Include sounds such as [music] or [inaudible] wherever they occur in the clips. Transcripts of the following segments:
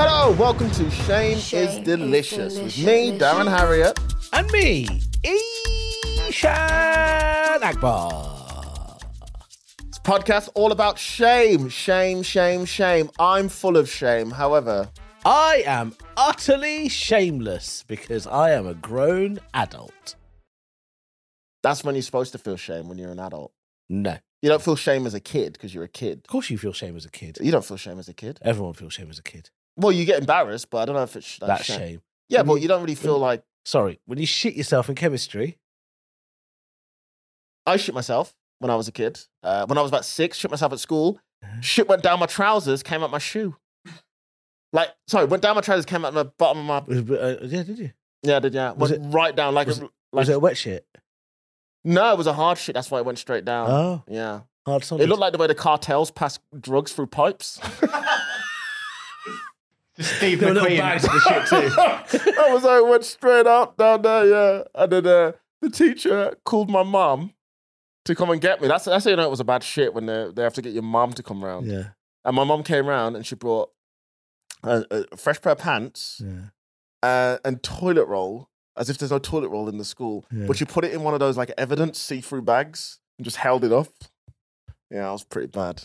Hello, welcome to Shame, Shame is, is delicious. with me, delicious. Darren Harriet. And me, Ishan Akbar. It's a podcast all about shame, shame, shame, shame. I'm full of shame. However, I am utterly shameless because I am a grown adult. that's when you're supposed to feel shame when you're an adult. No. Of You don't feel shame as a kid because you're a kid. course, you feel shame as a kid. You don't feel shame as a kid. Everyone feels shame as a kid. Well, you get embarrassed, but I don't know if it's That's shame. shame. Yeah, When but you- you don't really feel like Sorry, when you shit yourself in chemistry, I shit myself when I was a kid. Uh, when I was about six, shit myself at school. Shit went down my trousers, came out my shoe. Like, sorry, went down my trousers, came out the bottom of my. was it- uh, yeah, did you? Yeah, I did yeah. Was Went right down like. a, like Was it a wet shit? No, it was a hard shit. That's why it went straight down. Oh, yeah, hard Um, it solid. looked like the way the cartels pass drugs through pipes. Steve There were little McQueen. bags of the shit [laughs] [laughs] too. that was how it went straight up down there. Yeah, and then uh, the teacher called my mum to come and get me. That's that's how you know it was a bad shit when they they have to get your mum to come round. yeah, And my mum came round and she brought a, a fresh pair of pants yeah. uh, and toilet roll, as if there's no toilet roll in the school. Yeah. But she put it in one of those like evidence see through bags and just held it up. Yeah, I was pretty bad.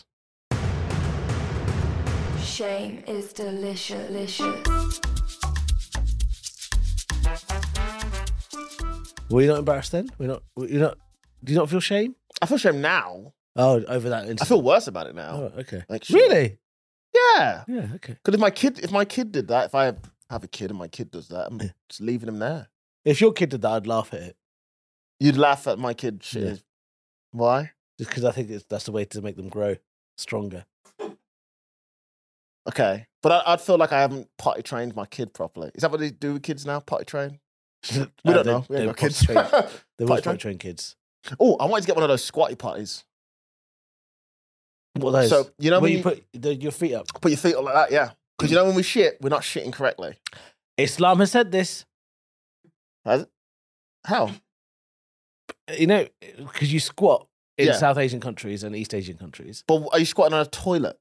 Shame is delicious. delicious. Were you not embarrassed then? Were you not? Were you not? Do you not feel shame? I feel shame now. Oh, over that. I Incident. feel worse about it now. Oh, okay. Like, shit. Really? Yeah. Yeah. Okay. Because if my kid, if my kid did that, if I have a kid and my kid does that, I'm Yeah. just leaving him there. If your kid did that, I'd laugh at it. You'd laugh at my kid. Shit. Yeah. Why? just because I think it's, that's the way to make them grow stronger. Okay. But I, I'd feel like I haven't potty trained my kid properly. Is that what they do with kids now? Potty train? we We don't know. We ain't got kids. [laughs] They Potty were trained. potty trained kids. oh, I wanted to get one of those squatty potties. What are those? So you know when when you put the, your feet up. put your feet up like that, yeah. Because Mm. you know when we shit, we're not shitting correctly. Islam has said this. How? You know, because you squat in Yeah. South Asian countries and East Asian countries. But are you squatting on a toilet?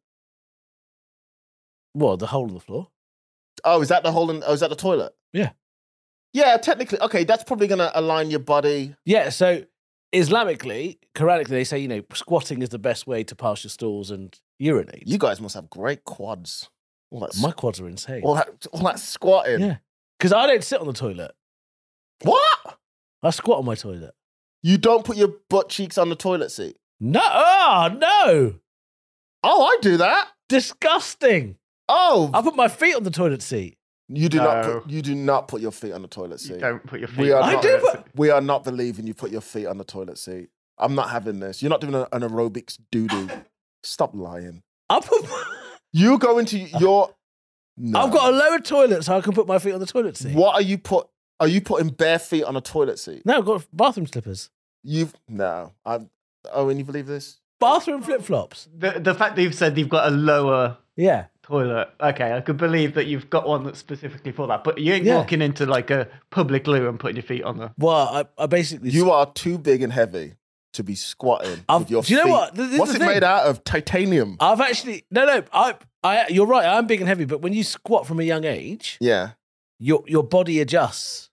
Well, the hole in the floor. Oh, is that the hole in? Oh, is that the toilet? Yeah. Yeah, technically, okay. That's probably going to align your body. Yeah. So Islamically, Quranically, they say you know squatting is the best way to pass your stools and urinate. You guys must have great quads. All that, s- My quads are insane. all that, all that squatting. yeah. Because I don't sit on the toilet. What? I squat on my toilet. You don't put your butt cheeks on the toilet seat? No. Oh, no. Oh, I do that. Disgusting. Oh, I put my feet on the toilet seat. you do not. No. Put, you do not put your feet on the toilet You seat. don't put your feet. We are on not- I it. do, but- We are not believing you put your feet on the toilet seat. I'm not having this. You're not doing a- an aerobics doo doo. [coughs] Stop lying. I put, You go into your. No. I've got a lower toilet so I can put my feet on the toilet seat. What are you put? Are you putting bare feet on a toilet seat? No, I've got bathroom slippers. You've no. I. Oh, and you believe this? Bathroom flip flops. The, the fact that you've said you've got a lower Yeah. toilet, okay, I could believe that you've got one that's specifically for that. But you ain't Yeah. walking into like a public loo and putting your feet on the. Well, I, I basically. You are too big and heavy to be squatting I've- with your do you know feet. what? This is What's the it thing. made out of? Titanium. I've actually. No, no. I, I, you're right. I'm big and heavy, but when you squat from a young age, yeah. your, your body adjusts.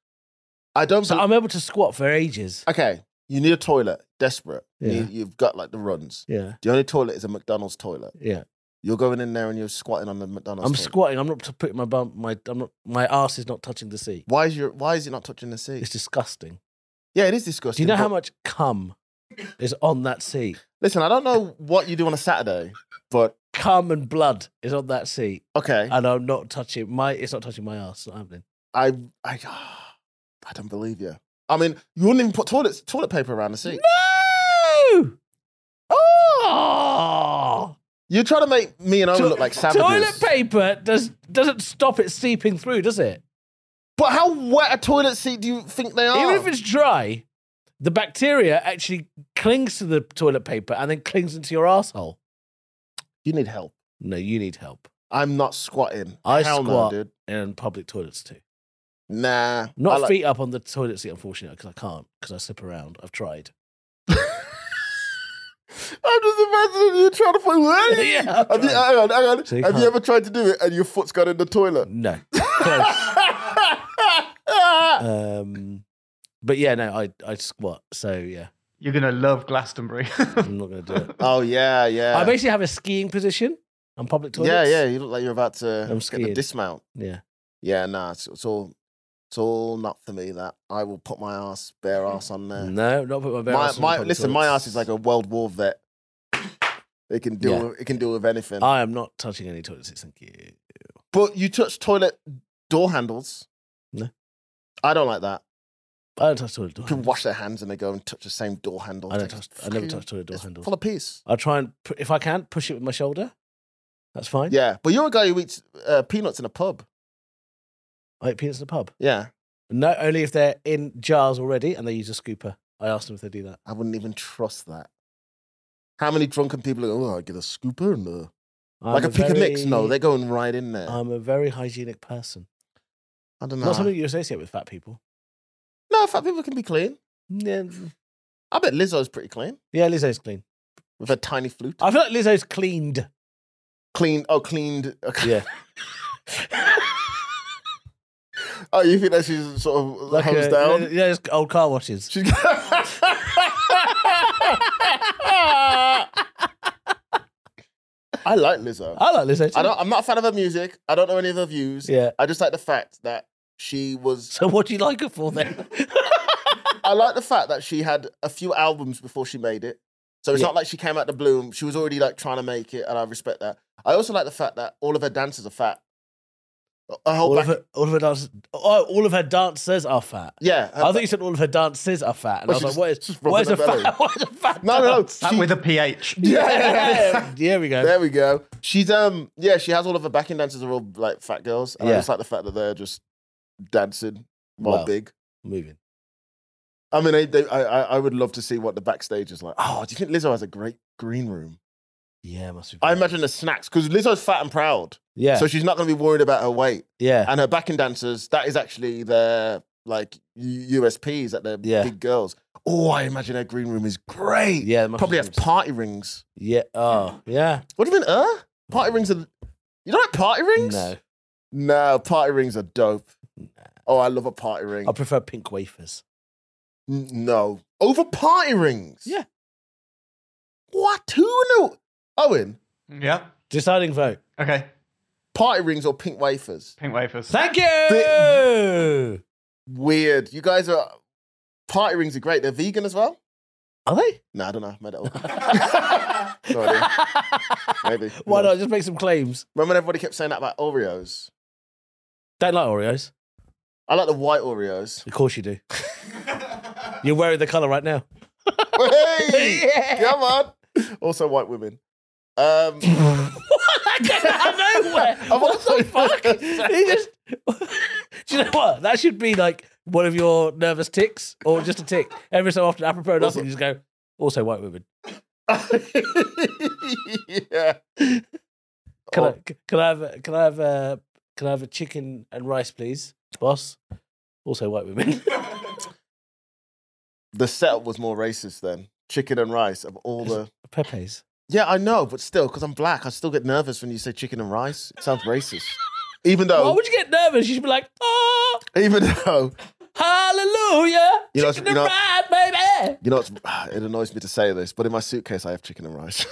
I don't. So bel- I'm able to squat for ages. okay. You need a toilet. Desperate. Yeah. You, have got like the runs. Yeah. The only toilet is a McDonald's toilet. Yeah. You're going in there and you're squatting on the McDonald's. I'm toilet. squatting. I'm not putting my bum. My, I'm not, my ass is not touching the seat. Why is your Why is it not touching the It's seat? disgusting. Yeah, it is Do disgusting. you know how but- much cum is on that seat? Listen, I don't know what you do on a Saturday, but Cum and blood is on that seat. okay. and I'm not touching my. It's not touching my ass. It's not happening. I I I don't believe you. I mean, you wouldn't even put toilet toilet paper around the seat. No. Oh. You're trying to make me and Owen look like savages. Toilet paper does doesn't stop it seeping through, does it? But how wet a toilet seat do you think they are? Even if it's dry, the bacteria actually clings to the toilet paper and then clings into your asshole. you need help. No, you need help. I'm not squatting. I Hell squat. no, dude. And public toilets too. Nah. I Not like- feet up on the toilet seat, unfortunately, because I can't. Because I slip around. I've tried. I'm just imagining you trying to put. [laughs] Yeah, Have you, I'm trying. hang on, hang on. See, Have you huh. ever tried to do it and your foot's gone in the toilet? [laughs] [laughs] No. Close. um, but yeah, no, I I squat. So yeah, You're gonna love Glastonbury. [laughs] I'm not going [laughs] to do it. oh yeah, yeah. I basically have a skiing position on public toilets. yeah, yeah. You look like you're about to I'm get the scared. dismount. yeah. Yeah, nah. It's, it's all, it's all not for me. That I will put my ass, bare ass on there. Mm. No, not put my bare my, ass on my public listen, my toilets. ass is like a World War vet. It can deal. Yeah. Uh, With, it can deal with anything. I am not touching any toilet seats. Thank you. but you touch toilet door handles. No. I don't like that. I don't touch toilet door. People handles. wash their hands and they go and touch the same door handle. I don't It's like, touch. I never fucking- touch toilet door it's handles. Full of peace. I try and pu- if I can push it with my shoulder. That's fine. Yeah, but you're a guy who eats uh, peanuts in a pub. I eat peanuts in the pub. Yeah, No, only if they're in jars already and they use a scooper. I asked them if they do that. I wouldn't even trust that. How many drunken people go? Oh, I get a scooper and a I'm like a pick and mix. No, very- they're going right in there. I'm a very hygienic person. I don't know. Not something you associate with fat people. No, fat people can be clean. Yeah, I bet Lizzo's pretty clean yeah Lizzo's clean. with a tiny flute. I feel like Lizzo's cleaned. Clean. Oh, cleaned. [laughs] Okay. Yeah, Oh, you think that she's sort of [laughs] like hose a- down? Yeah, those old car washes. She's [laughs] I like Lizzo. I like Lizzo. Too. I don't, I'm not a fan of her music. I don't know any of her views. Yeah. I just like the fact that she was. So what do you like her for [laughs] then? I like the fact that she had a few albums before she made it. So it's Yeah. not like she came out the bloom. She was already like trying to make it, and I respect that. I also like the fact that all of her dancers are fat. Her whole all, of back, her, all of her dancers. Oh, all of her dancers are fat. yeah. her I thought back- you said all of her dances are fat, and Uh, Well, I was like, she's- "What she's rubbing is? Where's her a belly. [laughs] fat? Where's a fat?" no, no, no. dance? she- with a PH. [laughs] yeah. Yeah, here we go. There we go. She's um yeah, she has all of her backing dancers are all like fat girls. And I Yeah. just like the fact that they're just dancing while Wow. big. Moving. I mean, they, they, I I I would love to see what the backstage is like. Oh, do you think Lizzo has a great green room? Yeah, must be. I bad. imagine the snacks because Lizzo's fat and proud, Yeah, so she's not going to be worried about her weight yeah. and her backing dancers. That is actually their like U- USPs that they're Yeah. big girls. Oh, I imagine her green room is great. Yeah, there must probably be has some- party rings. Yeah. Oh, yeah. What do you mean, uh? Party rings are. You don't like party rings? No, No, party rings are dope. Oh, I love a party ring. I prefer pink wafers. N- no, over party rings. Yeah. What? Who knew? Owen, yeah. Deciding vote. Okay. party rings or pink wafers? Pink wafers. Thank you. Weird. You guys are. Party rings are great. They're vegan as well. Are they? No, I don't know. I made it up. [laughs] No idea. Maybe. Who Why knows? not just make some claims? Remember when everybody kept saying that about Oreos? Don't like Oreos. I like the white [laughs] Oreos. Of course [laughs] you do. You're wearing the color right now. hey, [laughs] come on. Also, white women. Um, nowhere. [laughs] I've also [laughs] He just. [laughs] Do you know what? That should be like one of your nervous ticks, or just a tick. Every so often, apropos of nothing, you just go. Also, white women. yeah. Can Oh. I? Can I have? a- Can I have? A, can I have a chicken and rice, please, boss? Also, white women. The setup was more racist then. Chicken and rice of [laughs] all the. Pepe's. Yeah, I know, but still, because I'm black, I still get nervous when you say chicken and rice. It sounds racist. Even though, Why would you get nervous? You should be like, oh, even though, hallelujah, You know, chicken you and know- rice, baby. you know, it's, [sighs] it annoys me to say this, but in my suitcase, I have chicken and [laughs] rice.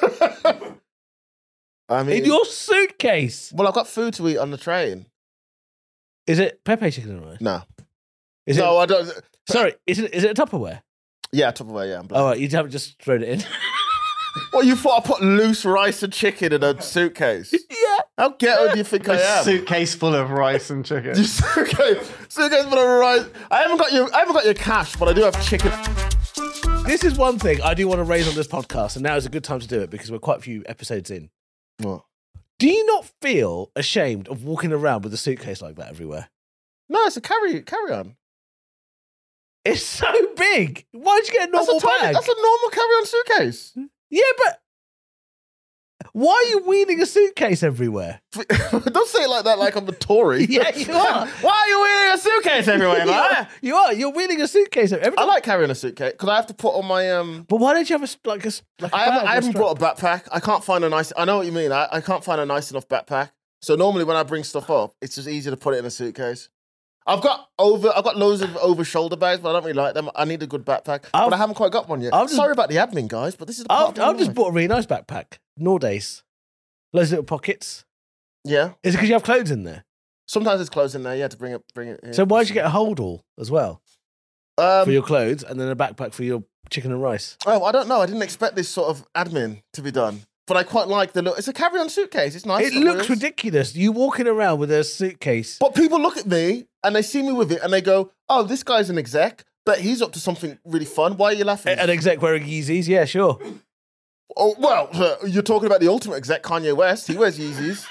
I mean, In your suitcase, well, I've got food to eat on the train. is it Pepe chicken and rice? No, Is no, uh, it? I don't. Sorry, is it? Is it a Tupperware? Yeah, Tupperware. Yeah, I'm black. All right, you haven't just thrown it in. [laughs] Well, you thought I put loose rice and chicken in a suitcase? yeah. How ghetto do you think I A am? [laughs] suitcase full of rice and chicken. You suitcase, suitcase full of rice. I haven't got your, I haven't got your cash, but I do have chicken. This is one thing I do want to raise on this podcast, and now is a good time to do it because we're quite a few episodes in. What? Do you not feel ashamed of walking around with a suitcase like that everywhere? No, it's a carry carry on. It's [laughs] so big. Why'd you get a That's a normal tiny, bag? that's a normal carry on suitcase. Yeah, but Why are you wheeling a suitcase everywhere? [laughs] Don't say it like that, like I'm a Tory. [laughs] Yeah, [laughs] you are. Why are you wearing a suitcase [laughs] everywhere, you, man? are, you are. You're wheeling a suitcase every I time. like carrying a suitcase because I have to put on my um. but why don't you have a s- like a? s- Like a I haven't, bag I or haven't strap? brought a backpack. I can't find a nice. I know what you mean. I, I can't find a nice enough backpack. So normally when I bring stuff up, it's just easier to put it in a suitcase. I've got over. I've got loads of over shoulder bags, but I don't really like them. I need a good backpack, I've- but I haven't quite got one yet. I've just- Sorry about the admin, guys, but this is. The part I've, of my I've just life. bought a really nice backpack. Nordace. Loads of little pockets. Yeah. Is it because you have clothes in there? Sometimes it's clothes in there. Yeah, to bring it. Bring it. Here. So why did you get a hold all as well [laughs] Um, for your clothes and then a backpack for your chicken and rice? Oh, I don't know. I didn't expect this sort of admin to be done, but I quite like the look. It's a carry-on suitcase. It's nice. it on looks wheels. ridiculous. You walking around with a suitcase. But people look at me and they see me with it and they go, "Oh, this guy's an exec, but he's up to something really fun. Why are you laughing?" An exec wearing Yeezys, yeah, sure. oh, well, uh, you're talking about the ultimate exec, Kanye West. He wears Yeezys,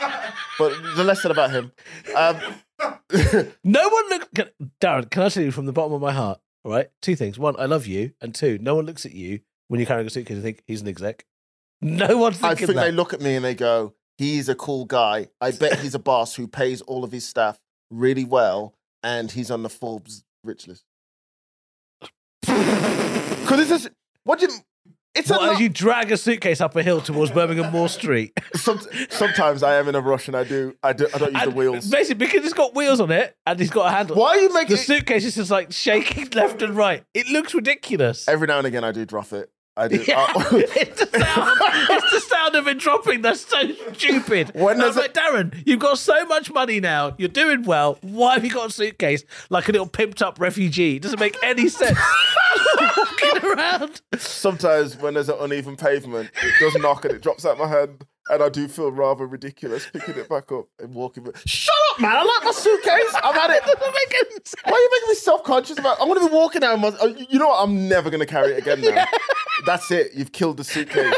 but the less said about him. Um, No one look. Can, Darren, can I tell you from the bottom of my heart? All right, two things. One, I love you, and two, no one looks at you when you're carrying a suitcase and think he's an exec. No one's I thinking think that. they look at me and they go, "He's a cool guy. I bet he's a boss who pays all of his staff really well, and he's on the Forbes rich list." Because it's a, what do you? It's What, a as you drag a suitcase up a hill towards Birmingham Moor Street. Some, sometimes I am in a rush and I do I do I don't [laughs] use the And wheels. Basically, because it's got wheels on it and it's got a handle. Why are you making The suitcase is just like shaking [laughs] left and right. It looks ridiculous. every now and again I do drop it. I [laughs] do. Yeah, Oh, [laughs] it's, the sound, it's the sound of it dropping. That's so stupid. When And I was does it- like, Darren, you've got so much money now. You're doing well. Why have you got a suitcase like a little pimped up refugee? It doesn't make any sense. [laughs] Walking around. [laughs] sometimes when there's an uneven pavement, it does knock and it drops out my hand, and I do feel rather ridiculous picking it back up and walking. with- Shut up, man! I like my suitcase. I've had [laughs] it. doesn't make any sense. Why are you making me self-conscious about? I'm gonna be walking out. in My, oh, you- you know what? I'm never gonna carry it again now. That's it. You've killed the [laughs] suitcase.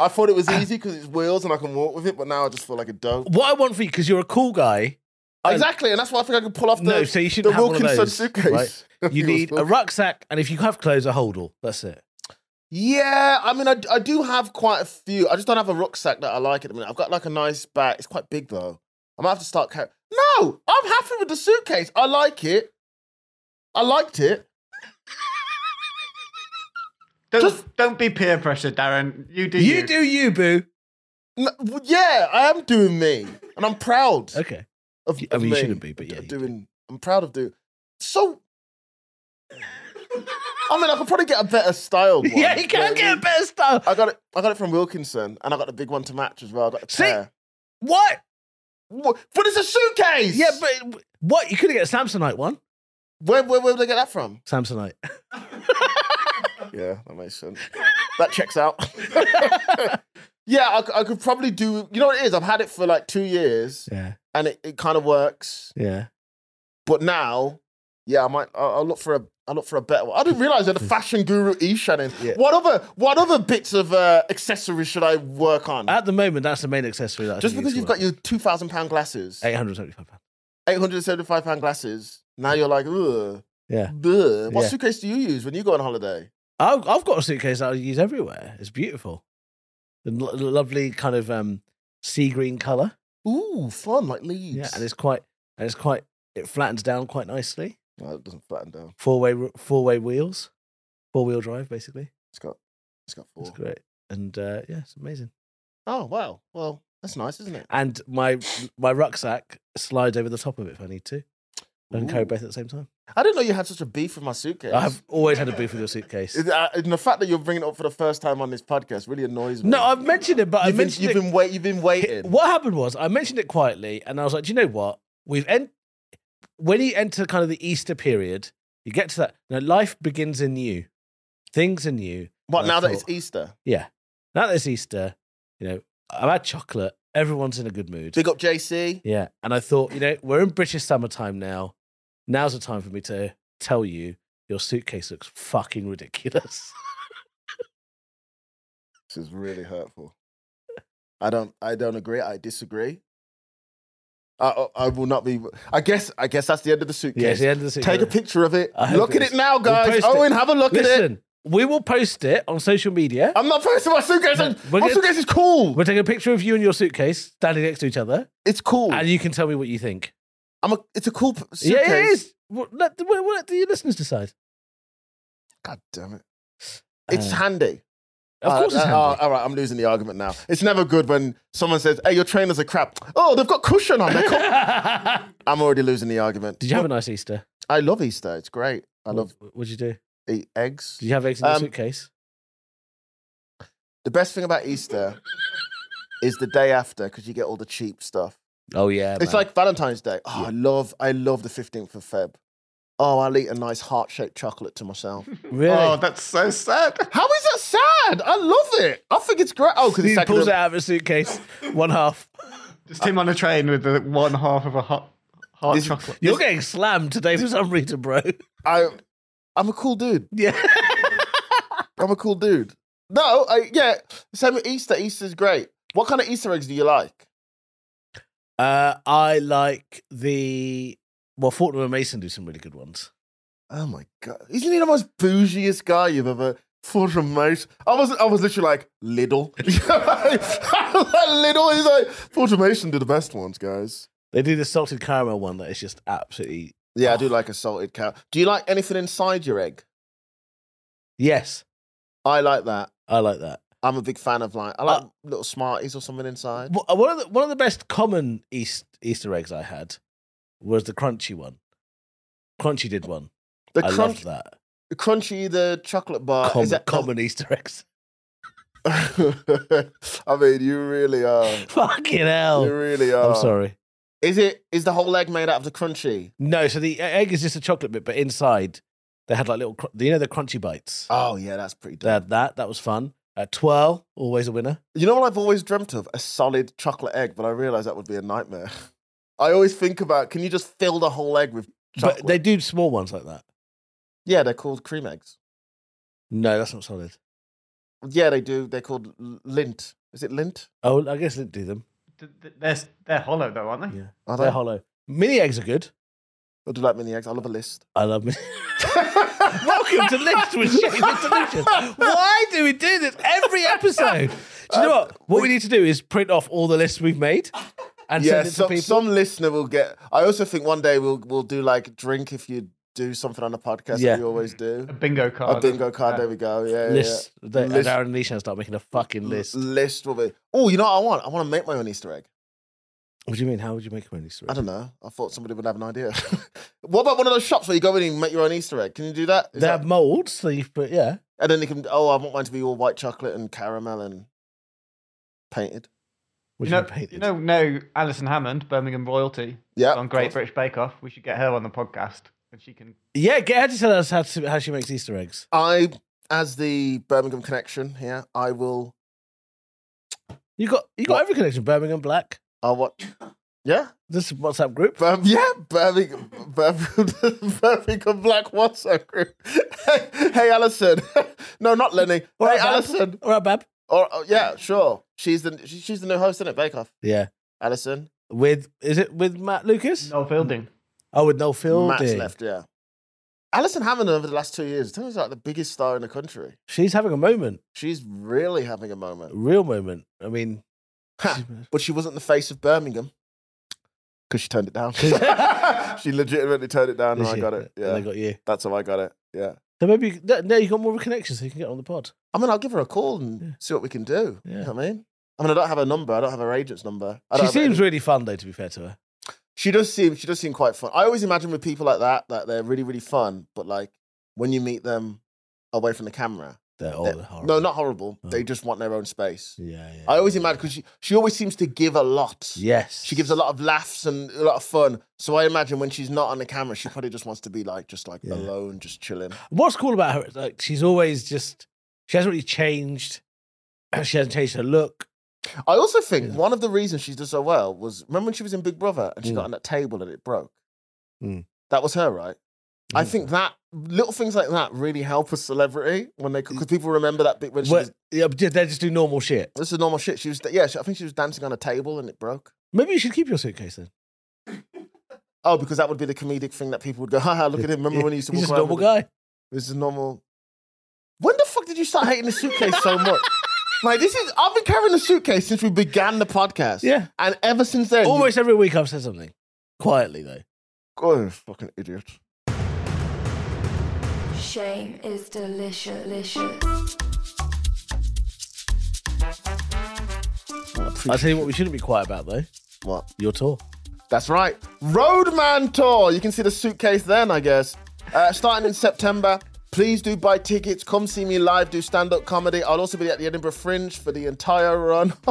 I thought it was easy because it's wheels and I can walk with it, but now I just feel like a dog. What I want for you, because you're a cool guy. Exactly, and that's why I think I can pull off the, no, so you shouldn't the have Wilkinson one of those. suitcase. [laughs] right? You It was need a Wilkinson. rucksack, and if you have clothes, a holdall. That's it. Yeah, I mean, I, I do have quite a few. I just don't have a rucksack that I like at the minute. I've got like a nice bag. It's quite big though. I might have to start carrying. No, I'm happy with the suitcase. I like it. I liked it. Don't, Just- don't be peer pressure, Darren. You do. You do you, boo. N- w- yeah, I am doing me, and I'm proud [laughs] Okay. of. I of mean, you me. shouldn't be, but yeah. I'm you- doing. I'm proud of doing. So. I mean, I could probably get a better styled one. [laughs] Yeah, you can but- get a better stuff. I got it. I got it from Wilkinson, and I got the big one to match as well. I got a See? pair. What? Wha- But it's a suitcase. Yeah, but what? You could have get a Samsonite one. where, where where would they get that from? Samsonite. Yeah, that makes sense. [laughs] that checks out. [laughs] yeah, I, c- I could probably do. You know what it is? I've had it for like two years, Yeah, and it, it kind of works. yeah. But now, yeah, I might. I'll, I'll look for a. I'll look for a better one. I didn't realize that the fashion guru E Shannon. Hmm. Yeah. What other what other bits of uh, accessories should I work on? At the moment, that's the main accessory. That I Just think because is you've got your two thousand pound glasses. eight hundred seventy-five pounds. 875 pound glasses. Now you're like, ugh. Hmm. Yeah. bleh." What Yeah. suitcase do you use when you go on holiday? I've, I've got a suitcase that I use everywhere. It's beautiful. The lo- the lovely kind of um, sea green color. Ooh, fun, like leaves. Yeah, and it's quite and it's quite it flattens down quite nicely. No, it doesn't flatten down. Four way four way wheels, four wheel drive basically. It's got it's got four. It's great. And uh, yeah, it's amazing. Oh wow. Well, that's nice, isn't it? And my my rucksack slides over the top of it if I need to. I can carry Ooh. both at the same time. I didn't know you had such a beef with my suitcase. I've always had a beef with your suitcase. It- uh, and the fact that you're bringing it up for the first time on this podcast really annoys me. [laughs] No, I've mentioned it, but I you've been, mentioned you've it. been wait, you've been waiting. What happened was I mentioned it quietly, and I was like, "Do you know what? We've en- when you enter kind of the Easter period, you get to that. Now life begins anew, things are new. What I now that thought- it's Easter? Yeah, now that it's Easter, you know, I've had chocolate. Everyone's in a good mood. Big up JC. Yeah, and I thought, you know, we're in British summertime now. Now's the time for me to tell you your suitcase looks fucking ridiculous. [laughs] This is really hurtful. I don't. I don't agree. I disagree. I, I I will not be. I guess. I guess that's the end of the yeah, suitcase. it's the end of the suitcase. Take a picture of it. I hope Look it at is. it now, We'll guys. post it. Owen, have a look at it. Oh. Listen, We will post it on social media. I'm not posting my suitcase. I'm- We're My gonna- suitcase is cool. We'll take a picture of you and your suitcase standing next to each other, It's cool. and you can tell me what you think. I'm a, it's a cool p- Oh. suitcase. Yeah, it is. Well, let, the- we'll let the listeners decide. God damn it. It's Uh, handy. of Uh, course, it's uh, handy. uh, all right, I'm losing the argument now. It's never good when someone says, hey, your trainers are crap. Oh, they've got cushion on. They're [laughs] cool. I'm already losing the argument. Did you have a nice Easter? I love Easter. It's great. I love What would you do? eat eggs. Did you have eggs in the Um, suitcase? The best thing about Easter is the day after because you get all the cheap stuff. Oh yeah, It's like Valentine's Day. Oh, I love, I love the 15th of Feb. Oh, I'll eat a nice heart shaped chocolate to myself. really. Oh, that's so sad. How is that sad? I love it. I think it's great. Oh, because he it's pulls it second. out of a suitcase, [laughs] one half. Just him on a train with the one half of a hot, hot This- chocolate. You're getting slammed today for some reason, bro. [laughs] I, I'm a cool dude. Yeah. I'm a cool dude. No, I, yeah. Same with Easter. Easter's great. What kind of Easter eggs do you like? Uh, I like the well, Fortnum and Mason do some really good ones. Oh my god! Isn't he the most bougiest guy you've ever? For from most, I was I was literally like [laughs] Lidl. Lidl is like Fortimation do the best ones, guys. They do the salted caramel one that is just absolutely Yeah, I do like a salted cow. Do you like anything inside your egg? yes. I like that. I like that. I'm a big fan of like I Uh, like little Smarties or something inside. Wh- uh, One of the one of the best common East, Easter eggs I had was the crunchy one. Crunchy did one. The I crunch, loved that. the crunchy, the chocolate bar. Com- is that common Easter eggs. [laughs] [laughs] I mean, you really [laughs] are. Fucking You hell. really are. I'm sorry. Is it? Is the whole egg made out of the crunchy? No, so the e- egg is just a chocolate bit, but inside they had like little, cr- you know, the crunchy bites. Oh yeah, that's pretty. dope. They had that. That was fun. Uh, twirl, always a winner. You know what I've always dreamt of? A solid chocolate egg, but I realize that would be a nightmare. [laughs] I always think about can you just fill the whole egg with chocolate? But they do small ones like that. yeah, they're called cream eggs. No, that's not solid. Yeah, they do. They're called l- lint. Is it lint? Oh, I guess didn't do them. Th- th- They're, s- they're hollow though, aren't they? Yeah, Are they're they? hollow. Mini eggs are good. I do like mini eggs. I love a list. I [laughs] love mini. Welcome to List with Shades and Delusions. Why do we do this every episode? Do you know Uh, what? What we need to do is print off all the lists we've made and yeah, send it to some, people. some listener will get. I also think one day we'll we'll do like drink if you do something on a podcast Yeah. that you always do. A bingo card. A bingo card. Yeah. There we go. Yeah, yeah, lists. They- And List. Aaron and Nishan start making a fucking list. L- List will be. Oh, you know what I want? I want to make my own Easter egg. What do you mean? How would you make a mini story? I don't know. I thought somebody would have an idea. [laughs] what about one of those shops where you go in and make your own Easter egg? Can you do that? Is They that- have molds, so you put yeah. And then you can. Oh, I want mine to be all white chocolate and caramel and painted. Which you know, one painted? you know, no, Alison Hammond, Birmingham royalty, Yeah, on of Great course. British Bake Off. We should get her on the podcast, and she can. yeah, get her to tell us how, to, how she makes Easter eggs. I, as the Birmingham connection here, I will. You got you got What? every connection. Birmingham Black. I what? Yeah, This WhatsApp group. Bir- yeah, Birmingham, Birmingham, [laughs] Birmingham Black WhatsApp group. hey, [laughs] hey, Alison. [laughs] no, not Lenny. All hey, right, Bab. Alison. All right, Bab. Or oh, yeah, sure. She's the she, she's the new host, isn't it? Bake Off. Yeah. Alison. With is it with Matt Lucas? Noel Fielding. Oh, with Noel Fielding. Matt's left, yeah. Alison Hammond over the last two years, turns out like the biggest star in the country. She's having a moment, She's really having a a moment. real moment. I mean, Ha, [laughs] but she wasn't the face of Birmingham because she turned it [laughs] down. [laughs] she legitimately turned it down, and I she- got it. and Yeah, they got you. that's how I got it. Yeah. So maybe you- no, no, you got more of a connection, so you can get on the pod. I mean, I'll give her a call and Yeah. see what we can do. You Yeah. know what I mean, I mean, I don't have her number. I don't have her agent's number. I don't She have any- seems really fun, though. To be fair to her, She does seem. She does seem quite fun. I always imagine with people like that that they're really, really fun. But like when you meet them away from the camera, they're all they're- horrible. no, not horrible. Oh. They just want their own space. Yeah, yeah. I always imagine because she, she always seems to give a lot. Yes, She gives a lot of laughs and a lot of fun. So I imagine when she's not on the camera, [laughs] she probably just wants to be like just like Yeah. alone, just chilling. What's cool about her is like she's always just she hasn't really changed. [clears throat] She hasn't changed her look. I also think Yeah. one of the reasons she does so well was remember when she was in Big Brother and she got Mm. on that table and it broke. Mm. That was her, right? I think that little things like that really help a celebrity when they because people remember that bit when she was Well, yeah, but they just do normal shit. this is normal shit. She was yeah, she, I think she was dancing on a table and it broke. Maybe you should keep your suitcase then. Oh, because that would [laughs] be the comedic thing that people would go, haha, look at him. Remember when he used to walk He's just a around? normal with it?" guy. This is normal. When the fuck did you start hating the suitcase so [laughs] much? Like this is I've been carrying the suitcase since we began the podcast. Yeah. And ever since then you- Almost every week I've said something. Quietly, though. Oh, you fucking idiot. Shame is delicious. delicious. I'll tell you what we shouldn't be quiet about, though. What? Your tour. That's right. Roadman Tour. You can see the suitcase then, I guess. Uh, starting in September. Please do buy tickets. Come see me live. Do stand up comedy. I'll also be at the Edinburgh Fringe for the entire run. [laughs]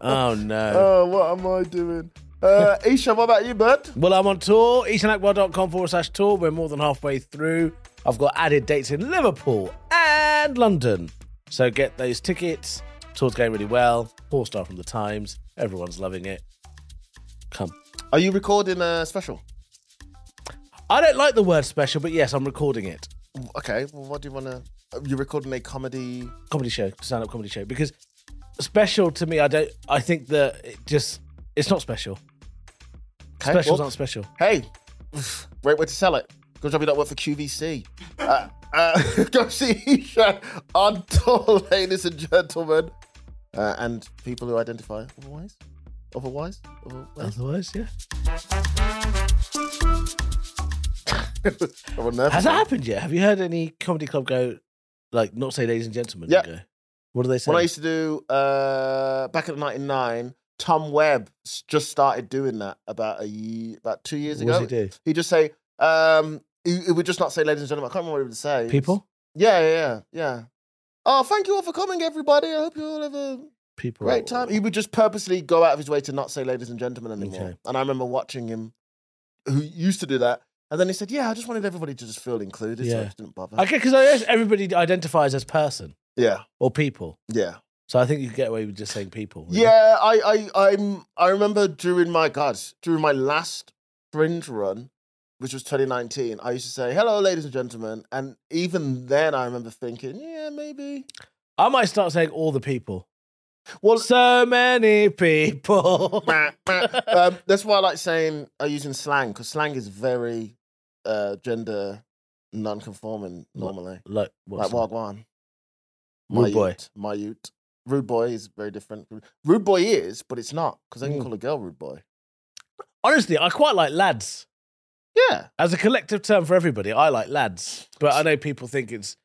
Oh, no. oh, what am I doing? Uh, Isha, what about you, bud? well, I'm on tour. EasternAckwell.com forward slash tour. We're more than halfway through. I've got added dates in Liverpool and London. So get those tickets. Tour's going really well. Four star from the Times. Everyone's loving it. Come. Are you recording a special? I don't like the word special, but yes, I'm recording it. Okay. Well, what do you want to? You're recording a comedy. comedy show, stand up comedy show, because special to me, I don't. I think that it just it's not special. Okay, Specials well, aren't special. Hey, great way to sell it. Good job you don't work for QVC. Uh, uh, [laughs] go see Isha on tour, [laughs] ladies and gentlemen, uh, and people who identify otherwise. Otherwise, otherwise. Otherwise, yeah. I'm nervous. Has that happened yet? Have you heard any comedy club go like not say ladies and gentlemen? Yeah. and Go, what do they say? When I used to do uh, back at '99, Tom Webb s- just started doing that about a ye about two years what ago. does he do? He'd just say, um, he, he would just not say, ladies and gentlemen. I can't remember what he would say. People, Yeah, yeah, yeah, yeah. Oh, thank you all for coming, everybody. I hope you all have a people. great time. He would just purposely go out of his way to not say ladies and gentlemen anymore. Okay. And I remember watching him, who used to do that. And then he said, yeah, I just wanted everybody to just feel included. So I Yeah. just didn't bother. Okay, because I guess everybody identifies as person Yeah, or people, yeah. so I think you get away with just saying people. really. Yeah, I, I, I'm. I remember during my God, during my last fringe run, which was 2019. I used to say hello, ladies and gentlemen, and even then, I remember thinking, yeah, maybe. I might start saying all the people. Well, So [laughs] many people. meh, meh. um, that's why I like saying I using slang because slang is very uh, gender non-conforming normally. like Like what's wagwan, Rude my boy. ute, my ute. Rude boy is very different. Rude boy is, but it's not because I can Mm. call a girl rude boy. Honestly, I quite like lads. Yeah. As a collective term for everybody, I like lads, but I know people think it's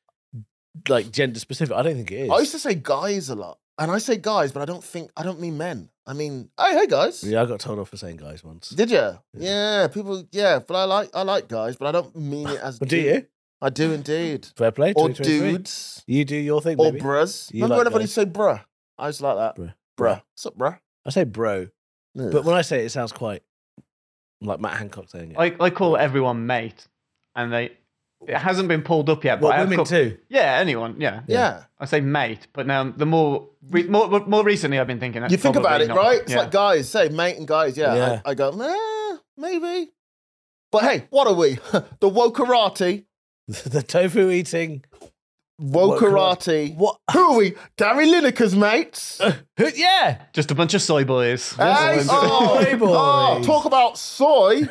like gender specific. I don't think it is. I used to say guys a lot, and I say guys, but I don't think I don't mean men. I mean, hey, hey, guys. yeah, I got told off for saying guys once. Did you? Yeah. people. Yeah, but I like I like guys, but I don't mean it as. But do dude. you? I do indeed. Fair play. Or 2023. dudes, You do your thing, or baby. brus. You Remember like when everybody guys. say bruh? Oh, I used to like that. Bruh. Bruh. What's up, bruh? I say bro, but Ugh. when I say it, it sounds quite like Matt Hancock saying it. Oh, I, I call everyone mate, and they it hasn't been pulled up yet. But I well, have women called- too. Yeah, anyone. Yeah, yeah. I say mate, but now the more re- more more recently I've been thinking. that's You think about probably it, not- right? It's yeah. like guys, say mate and guys. Yeah. Yeah. I, I go, eh, maybe. But hey, what are we? [laughs] the wokarati. [laughs] the tofu eating. Wokarati. What? Who are we? Gary Lineker's [laughs] mates. Who, yeah. just a bunch of soy boys. Hey, [laughs] oh, Soy boys. oh, talk about [laughs] soy.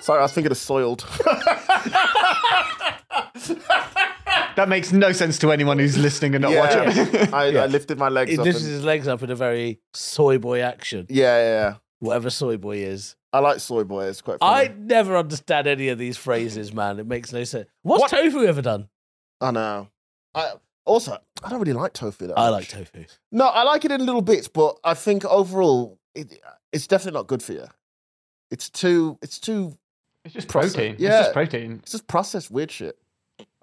Sorry, I was thinking of soiled. [laughs] [laughs] That makes no sense to anyone who's listening and not watching. [laughs] I, I lifted my legs He up. lifts and- his legs up in a very soy boy action, yeah, yeah, yeah. whatever soy boy is. I like soy boy. It's quite funny. I never understand any of these phrases, man. It makes no sense. What's tofu ever done? I know. I also I don't really like tofu. That I much. like tofu. No, I like it in little bits, but I think overall it, it's definitely not good for you. It's too. It's too. It's just Process- protein. yeah. It's just protein. It's just processed weird shit.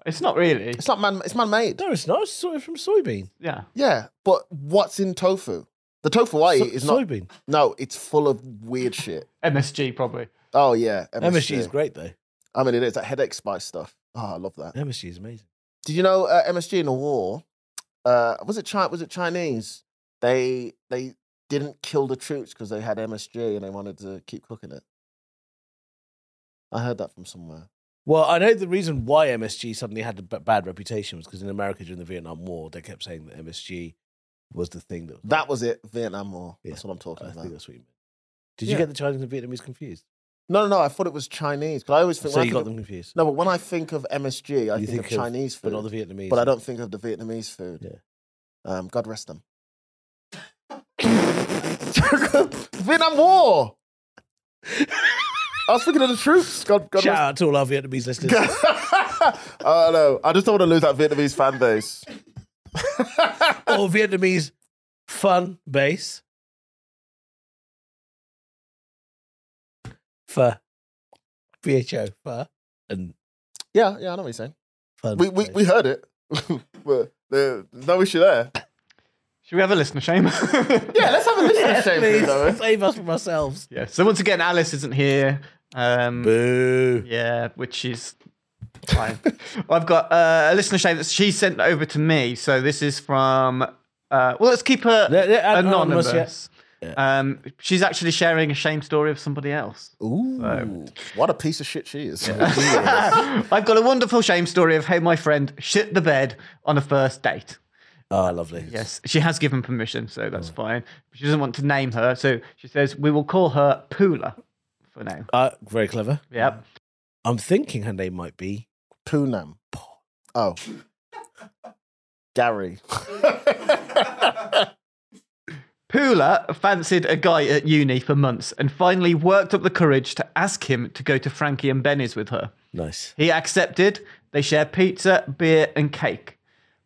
It's not really. It's not man. It's man made. No, it's not. It's soy from soybean. Yeah. Yeah, but what's in tofu? The tofu I So- eat is not soybean. No, it's full of weird [laughs] shit. MSG probably. Oh yeah, MSG is great though. I mean, it is that headache spice stuff. Oh, I love that. MSG is amazing. Did you know uh, MSG in the war? Uh, was it China? Was it Chinese? They they didn't kill the troops because they had MSG and they wanted to keep cooking it. I heard that from somewhere. Well, I know the reason why MSG suddenly had a b- bad reputation was because in America during the Vietnam War, they kept saying that MSG was the thing that. That was it, Vietnam War. Yeah, That's what I'm talking I about. think that's what you meant. Did Yeah. you get the Chinese and Vietnamese confused? No, no, no. I thought it was Chinese. Because I always think. So when I you think got of- them confused. No, but when I think of MSG, I You think, of Chinese food, but not the Vietnamese. but I don't think of the Vietnamese food. Um, God rest [laughs] them. Vietnam War. I was thinking of the troops. God, God Shout [laughs] rest. out to all our Vietnamese [laughs] listeners. I know. I just don't want to lose that Vietnamese fan base. all Vietnamese fun base. Pho. VHO. Pho. And Yeah, yeah, I know what you're saying. fun. We we, base. we heard it. [laughs] But there- there's no issue there. Should we have a listener [laughs] shame? Yeah, let's have a listen to Shane. Please though. eh? save us from ourselves. yeah. So once again, Alice isn't here. Um, Boo. Yeah, which is fine. [laughs] I've got uh, a listener shame that she sent over to me. So this is from. Uh, well, let's keep her Yeah, yeah, an- anonymous, anonymous. yeah. Um, she's actually sharing a shame story of somebody else. Ooh, what a piece of shit she is. [laughs] I've got a wonderful shame story of how my friend shit the bed on a first date. Oh, lovely. Yes, she has given permission, so Oh. that's fine. She doesn't want to name her, so she says we will call her Poola for now. Uh, very clever. Yep. I'm thinking her name might be. Poonam. Oh. Gary. Poola fancied a guy at uni for months and finally worked up the courage to ask him to go to Frankie and Benny's with her. [laughs] Nice. He accepted. They share pizza, beer, and cake.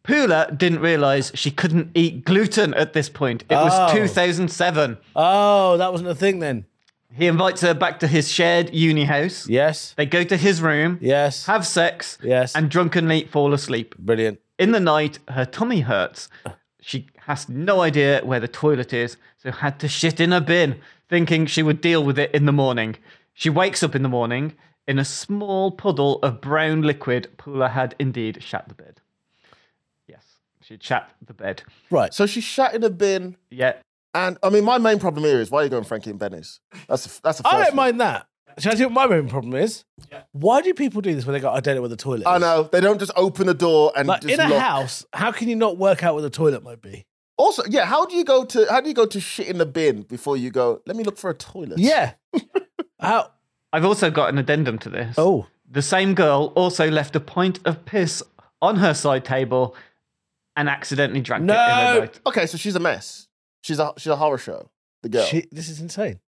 Poola didn't realize she couldn't eat gluten at this point. It was Oh. 2007. Oh, that wasn't a thing then. He invites her back to his shared uni house. Yes. They go to his room, Yes. have sex, Yes. and drunkenly fall asleep. Brilliant. In the night, her tummy hurts. Uh. She has no idea where the toilet is, so had to shit in a bin, thinking she would deal with it in the morning. She wakes up in the morning in a small puddle of brown liquid. Pula had indeed shat the bed. Yes, she shat the bed. Right. so she shat in a bin. Yeah, And I mean, my main problem here is why are you going Frankie and Benny's? That's a, that's a first I one. don't mind that. Shall I tell you what my main problem is? Why do people do this when they go, I don't know where the toilet is? I know they don't just open the door and Like just in a lock. house, how can you not work out where the toilet might be? Also, yeah, how do you go to how do you go to shit in the bin before you go? Let me look for a toilet. [laughs] Yeah. how? I've also got an addendum to this. Oh. The same girl also left a pint of piss on her side table and accidentally drank it in No. her night. Okay, so she's a mess. She's a she's a horror show. The girl. She, this is insane.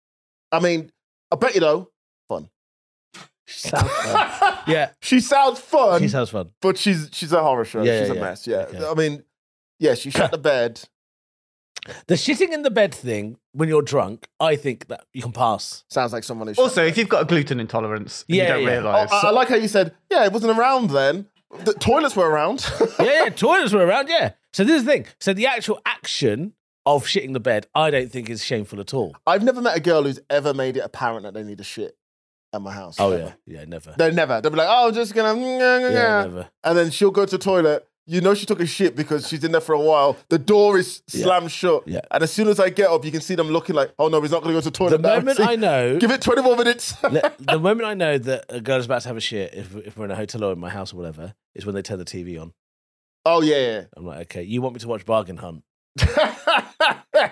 I mean, I bet you though. She sounds fun. [laughs] yeah. She sounds fun, She sounds fun. but she's she's a horror show. Yeah, she's yeah, a yeah. mess. Yeah. Okay. I mean, yeah, she [coughs] shut the bed. The shitting in the bed thing when you're drunk, I think that you can pass. Sounds like someone who. shut Also, if you've got a gluten intolerance, and Yeah, you don't yeah. Oh, realise. I, I like how you said, yeah, it wasn't around then. The toilets were around. [laughs] yeah, yeah, toilets were around. Yeah. So this is the thing. So the actual action of shitting the bed, I don't think is shameful at all. I've never met a girl who's ever made it apparent that they need a shit at my house. Oh Ever. yeah, yeah, never. They never. They'll be like, oh, I'm just gonna. Yeah, never. And then she'll go to the toilet. You know she took a shit because she's in there for a while. The door is Yeah. slammed shut. Yeah. And as soon as I get up, you can see them looking like, oh no, he's not gonna go to the The toilet. now." [laughs] moment See, I know, Give it 20 more minutes. [laughs] le- the moment I know that a girl is about to have a shit, if, if we're in a hotel or in my house or whatever, is when they turn the TV on. [laughs] oh yeah. I'm like, okay, you want me to watch Bargain Hunt? yeah. [laughs]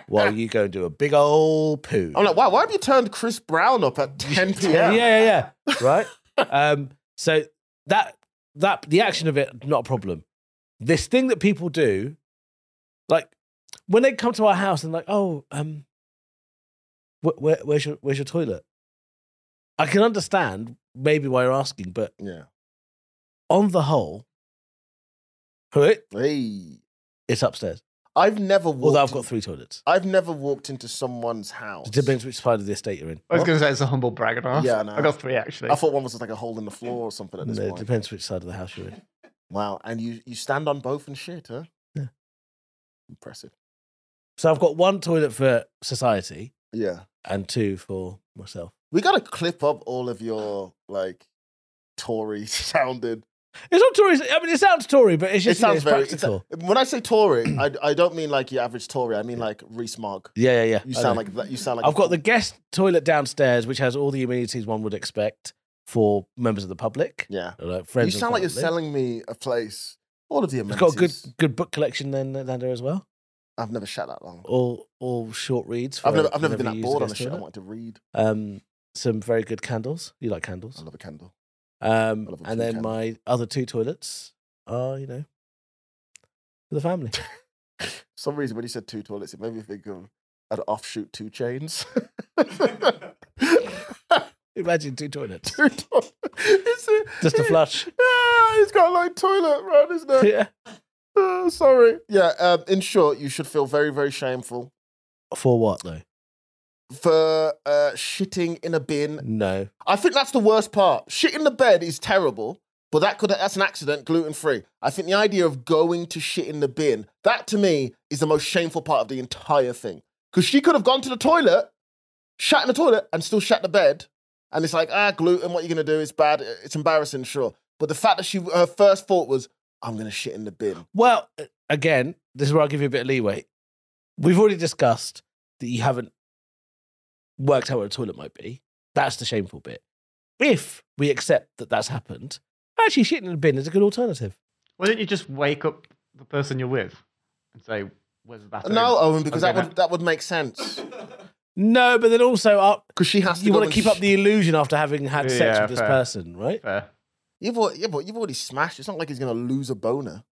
Well, you go and do a big old poo. I'm like, wow, why have you turned Chris Brown up at [laughs] 10 p.m.? yeah, yeah, yeah, yeah. right. Um, so that that the action of it not a problem. This thing that people do, like when they come to our house and like, oh, um, wh- where, where's your where's your toilet? I can understand maybe why you're asking, but Yeah. on the whole, right, Hey. it's upstairs. I've never walked. Although I've got three toilets. I've never walked into someone's house. It depends which side of the estate you're in. I was going to say it's a humble brag and a half. Yeah, I know. I got three actually. I thought one was just like a hole in the floor or something at this No, it point. depends which side of the house you're in. Wow, and you you stand on both and shit, huh? Yeah. Impressive. So I've got one toilet for society Yeah. and two for myself. We gotta clip up all of your like Tory [laughs] sounded. It's not Tory. I mean, it sounds Tory, but it's It just you know, sounds it's very. it's- practical. when I say [clears throat] Tory, I, I don't mean like your average Tory. I mean like Reese Mogg. yeah, yeah, yeah. You I sound know. like that. You sound like. I've got the guest toilet downstairs, which has all the amenities one would expect for members of the public, Yeah. or, like friends. you and sound like you're family. selling me a place. All of the It's amenities. got a good good book collection then uh, down there as well. I've never shat that long. All all short reads. I've for never, I've never whenever been you that use the bored on a guest shit. I toilet. wanted to read. Um, some very good candles. You like candles. I love a candle. Um, I love a few and then candles. my other two toilets are, you know, for [laughs] the family. For some reason, when you said two toilets, it made me think of an offshoot two chains. [laughs] Imagine two toilets. two toilets. It's a, Just a it- flush. Ah, it's got like toilet round, isn't [laughs] it? yeah. Ah, sorry. Yeah. Um, in short, you should feel very, very shameful For what though? for uh, shitting in a bin. No. I think that's the worst part. Shit in the bed is terrible, but that could that's an accident, gluten free. I think the idea of going to shit in the bin, that to me is the most shameful part of the entire thing. Because she could have gone to the toilet, shat in the toilet, and still shat the bed. And it's like, ah, gluten, what you gonna do? It's bad, it's embarrassing, sure. But the fact that she her first thought was, I'm gonna shit in the bin. Well, uh, again, this is where I'll give you a bit of leeway. We've already discussed that you haven't worked out what a toilet might be. That's the shameful bit. If we accept that that's happened, actually shitting in a bin is a good alternative. Why don't you just wake up the person you're with and say, "Where's the bathroom?" No, uh, Owen, because Okay, that would that would make sense. No, but then also uh, Because she has to you go want and to keep up the illusion after having had sex Yeah, with this fair. person, right? Fair. You've al- yeah, but you've already smashed. It's not like he's gonna lose a boner.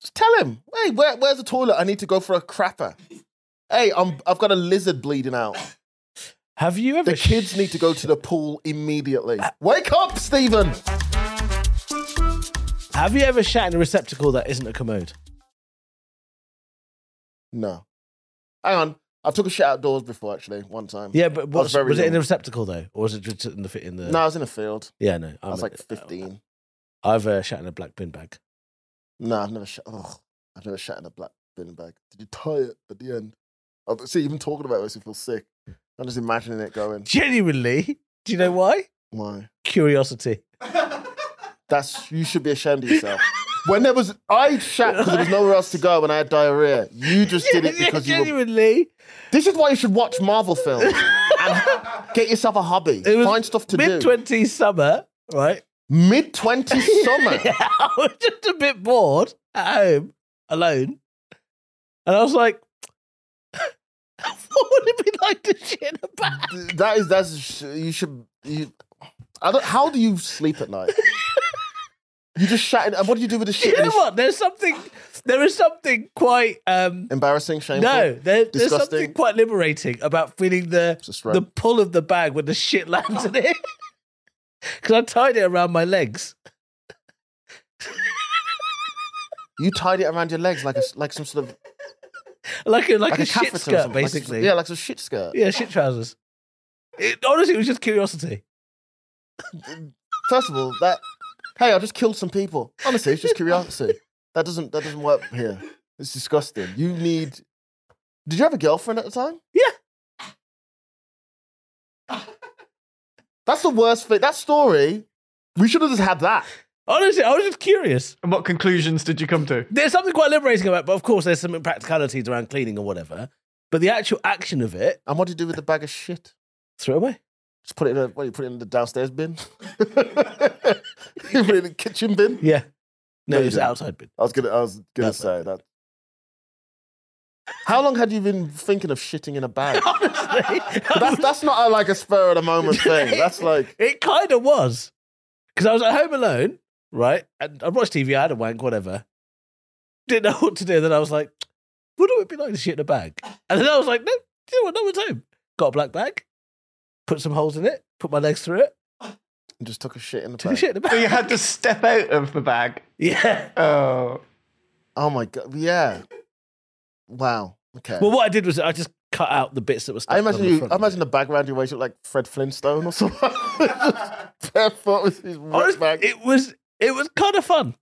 Just tell him, hey, where, where's the toilet? I need to go for a crapper. Hey, I'm, I've got a lizard bleeding out. Have you ever The kids need to go to the pool immediately. Wake up, Stephen. have you ever shat in a receptacle that isn't a commode? No, hang on. I've took a shit outdoors before, actually, one time. Yeah, but what, was was, very it in young. a receptacle though, or was it just in the fit in the? No, I was in a field. yeah, no, I was meant- like 15. I've uh, shat in a black bin bag. No, I've never shot. Oh, I've never shot in a black bin bag. Did you tie it at the end? Oh, but see, even talking about this, you feel sick. I'm just imagining it going. Genuinely, do you know why? Why? Curiosity. That's you should be ashamed of yourself. When there was, I shat because there was nowhere else to go when I had diarrhea. You just did it Yeah, because you were. genuinely, This is why you should watch Marvel films and get yourself a hobby. it was Find stuff to do. mid twenties summer, right? Mid [laughs] twenties summer. I was just a bit bored at home alone, and I was like, [laughs] "What would it be like to shit in a bag?" Th- That is that's you should. You, I don't, how do you sleep at night? You just shat. In, and what do you do with the shit? in You know the sh- what? There's something. There is something quite. um Embarrassing, shameful. No, there, there's disgusting. something quite liberating about feeling the It's a stroke. the pull of the bag when the shit lands in it. [laughs] Because I tied it around my legs. You tied it around your legs like a s- like some sort of like a like, like, a, a, shit catheter or skirt, something, like some- basically. yeah, like some shit skirt. yeah, shit trousers. It, honestly, it was just curiosity. First of all, that hey, I just killed some people. Honestly, it's just curiosity. That doesn't that doesn't work here. It's disgusting. You need. Did you have a girlfriend at the time? Yeah. That's the worst thing. That story. We should have just had that. Honestly, I was just curious. And what conclusions did you come to? There's something quite liberating about, it, but of course, there's some practicalities around cleaning or whatever. But the actual action of it, And what do you do with the bag of shit? throw it away. Just put it in a, what, you put it in the downstairs bin? [laughs] you put it in the kitchen bin? Yeah. No, No, you it was didn't. outside bin. I was gonna I was gonna That's it. say that. How long had you been thinking of shitting in a bag? [laughs] Honestly, [laughs] that's that's not a, like a spur of the moment thing. That's like it kind of was. Because I was at home alone, right? And I watched TV, I had a wank, whatever. Didn't know [laughs] what to do. Then I was like, what would it be like to shit in a bag? And then I was like, no, do you know what? No one's home. Got a black bag, put some holes in it, put my legs through it, I just took a shit in the took a bag. shit in the So bag. [laughs] you had to step out of the bag. Yeah. Oh, Oh my god! Yeah. Wow. Okay. Well, what I did was I just cut out the bits that were stuck I on imagine the you. front I of it. imagine the bag around your waist looked like Fred Flintstone or something. [laughs] Barefoot with his wet Honestly, bag. it was it was kind of fun.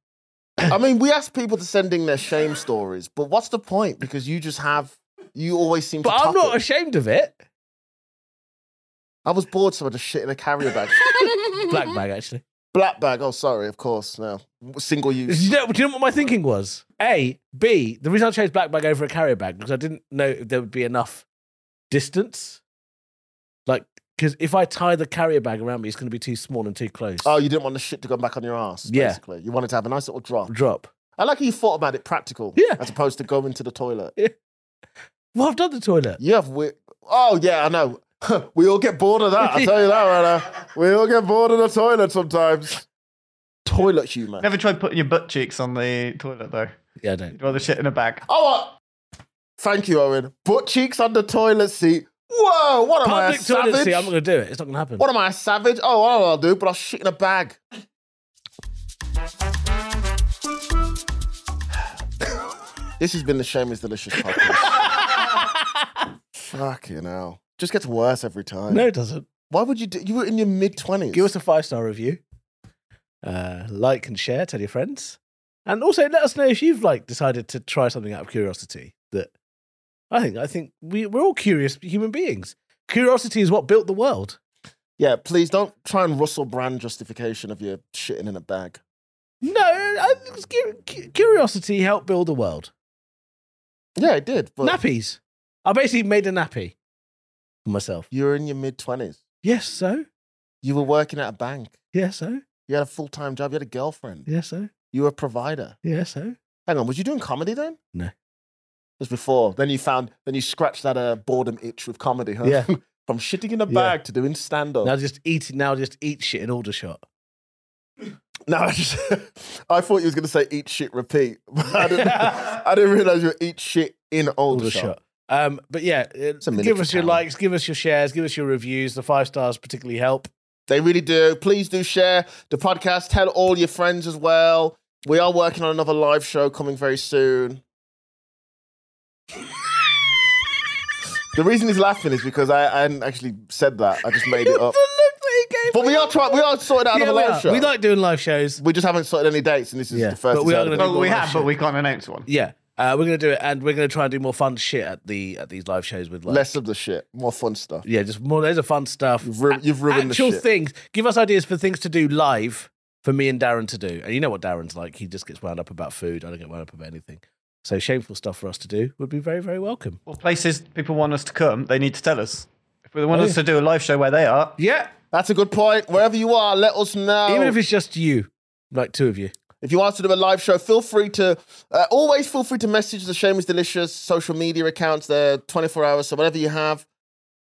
I mean, we ask people to send in their shame stories, but what's the point? Because you just have. You always seem But to. I'm top not it. ashamed of it. I was bored, so I just shit in a carrier [laughs] bag. [laughs] Black bag, actually. Black bag. Oh, sorry. Of course. No. Single use. You know, do you know what my thinking was? A, B. The reason I chose black bag over a carrier bag because I didn't know if there would be enough distance. Like, because if I tie the carrier bag around me, it's going to be too small and too close. Oh, you didn't want the shit to go back on your ass. Yeah. Basically, you wanted to have a nice little drop. drop. I like how you thought about it practical. Yeah. As opposed to going to the toilet. Well, I've done the toilet. You have weird. Oh yeah, I know. [laughs] we all get bored of that. I tell you that right now. We all get bored of the toilet sometimes. Toilet humor. Never tried putting your butt cheeks on the toilet though. Yeah, I don't. You'd rather shit in a [laughs] bag. Oh, uh, thank you, Owen. Butt cheeks on the toilet seat. Whoa, what am I, a Public toilet savage? seat, I'm not going to do it. It's not going to happen. What am I, a savage? Oh, I don't know what I'll do, but I'll shit in a bag. this has been the Shame is Delicious podcast. Fucking hell. Just gets worse every time. No, it doesn't. Why would you do You were in your mid 20s. Give us a five star review. Uh, like and share, tell your friends. And also let us know if you've like decided to try something out of curiosity that I think I think we, we're all curious human beings. Curiosity is what built the world. yeah, please don't try and Russell Brand justification of your shitting in a bag. No, I, it's cu- cu- curiosity helped build the world. Yeah, it did. But Nappies. I basically made a nappy for myself. you were in your mid 20s. Yes, so. You were working at a bank. Yes, so. You had a full time job. You had a girlfriend. Yes, so. You were a provider. Yes, so. Hang on, was you doing comedy then? No. It was before. Then you found, then you scratched that uh, boredom itch with comedy, huh? Yeah. [laughs] From shitting in a Yeah. bag to doing stand up. Now just eat now just eat shit in order shot. No, I just, [laughs] I thought you was going to say eat shit, repeat. [laughs] But I didn't, I didn't realize you were eat shit in Aldershot. Aldershot. Um, but yeah, it- a give miniature us your town. likes, give us your shares, give us your reviews. The five stars particularly help. They really do. Please do share the podcast. Tell all your friends as well. We are working on another live show coming very soon. the reason he's laughing is because I, I hadn't actually said that. I just made [laughs] it up. But we are trying. We are sorting out Yeah, another we, live are. show. We like doing live shows. We just haven't sorted any dates, and this is Yeah, the first. but we it's are out of gonna it. Well, we Google have, that but shit. we can't announce one. Yeah, uh, we're gonna do it, and we're gonna try and do more fun shit at the at these live shows with like, less of the shit, more fun stuff. yeah, just more loads of fun stuff. You've, ru- you've ruined the Actual shit. things. Give us ideas for things to do live for me and Darren to do. And you know what Darren's like? He just gets wound up about food. I don't get wound up about anything. So shameful stuff for us to do would be very very welcome. Well, places people want us to come, they need to tell us. If they want Oh, us yeah. to do a live show where they are, Yeah, That's a good point. Wherever you are, let us know. even if it's just you, like two of you. If you want us to do a live show, feel free to uh, always feel free to message the Shame is Delicious social media accounts. They're 24 hours, so whatever you have,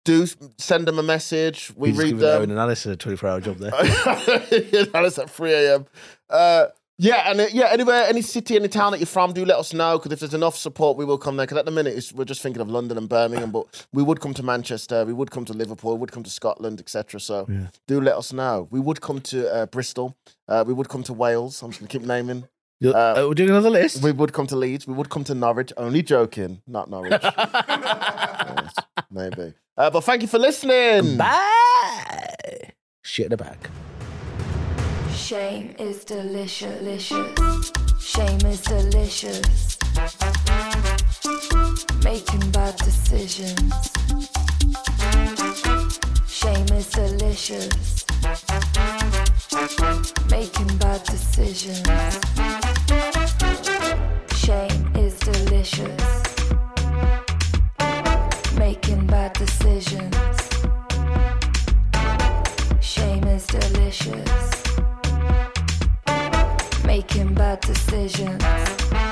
do s- send them a message. We He's read giving Owen them. Uh, and Alice a 24 hour [laughs] job there. That's at 3 a.m. Uh, yeah, and uh, yeah, anywhere, any city, any town that you're from, do let us know because if there's enough support, we will come there. Because at the minute, it's, we're just thinking of London and Birmingham, but we would come to Manchester, we would come to Liverpool, we would come to Scotland, etc. So Yeah. do let us know. We would come to uh, Bristol, uh, we would come to Wales. I'm just gonna keep naming. You're- Uh, oh, we're doing another list. We would come to Leeds. We would come to Norwich. Only joking. Not Norwich. Yes, maybe. Uh, but thank you for listening. Bye. Shit in the back. Shame is delicious. delicious. Shame is delicious. Making bad decisions. Shame is delicious. Making bad decisions. Shame is delicious. Making bad decisions. Shame is delicious making bad decisions.